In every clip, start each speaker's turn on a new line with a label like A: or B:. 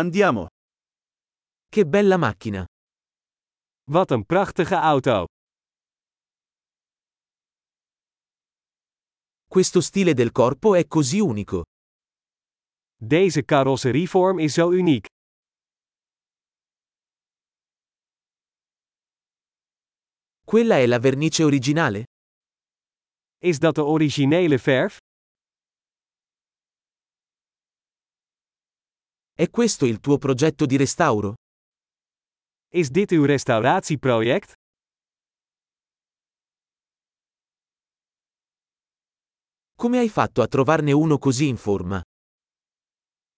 A: Andiamo.
B: Che bella macchina.
C: Wat een prachtige auto.
B: Questo stile del corpo è così unico.
C: Deze carrosserievorm is zo uniek.
B: Quella è la vernice originale?
C: Is dat de originele verf?
B: È questo il tuo progetto di restauro?
C: Is dit uw restauratieproject?
B: Come hai fatto a trovarne uno così in forma?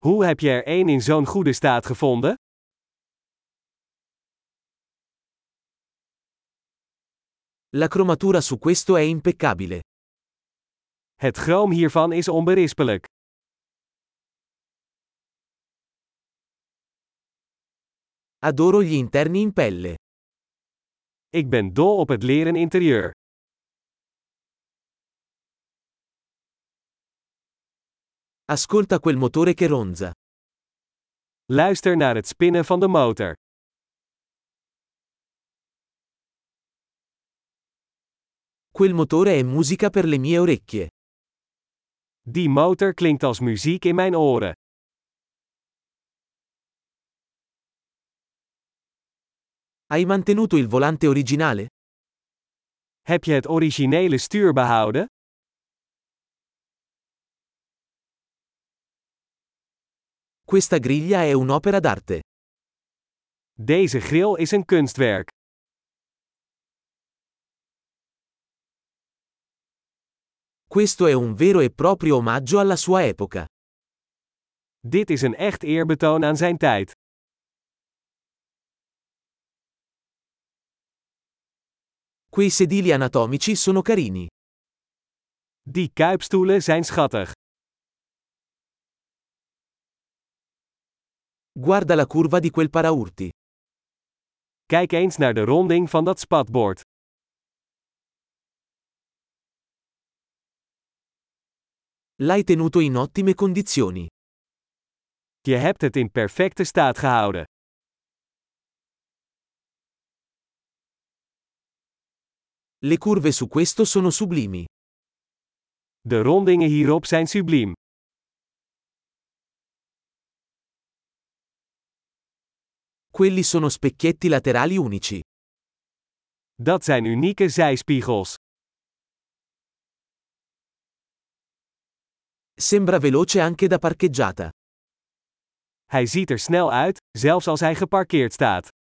C: Hoe heb je er één in zo'n goede staat gevonden?
B: La cromatura su questo è impeccabile.
C: Het chroom hiervan is onberispelijk.
B: Adoro gli interni in pelle.
C: Ik ben dol op het leren interieur.
B: Ascolta quel motore che ronza.
C: Luister naar het spinnen van de motor.
B: Quel motore è musica per le mie orecchie.
C: Die motor klinkt als muziek in mijn oren.
B: Hai mantenuto il volante originale?
C: Heb je het originele stuur behouden?
B: Questa griglia è un'opera d'arte.
C: Deze grill is een kunstwerk.
B: Questo è un vero e proprio omaggio alla sua epoca.
C: Dit is een echt eerbetoon aan zijn tijd.
B: Quei sedili anatomici sono carini.
C: Die kuipstoelen zijn schattig.
B: Guarda la curva di quel paraurti.
C: Kijk eens naar de ronding van dat spatbord.
B: L'hai tenuto in ottime condizioni.
C: Je hebt het in perfecte staat gehouden.
B: Le curve su questo sono sublimi.
C: De rondingen hierop zijn subliem.
B: Quelli sono specchietti laterali unici.
C: Dat zijn unieke zijspiegels.
B: Sembra veloce anche da parcheggiata.
C: Hij ziet er snel uit, zelfs als hij geparkeerd staat.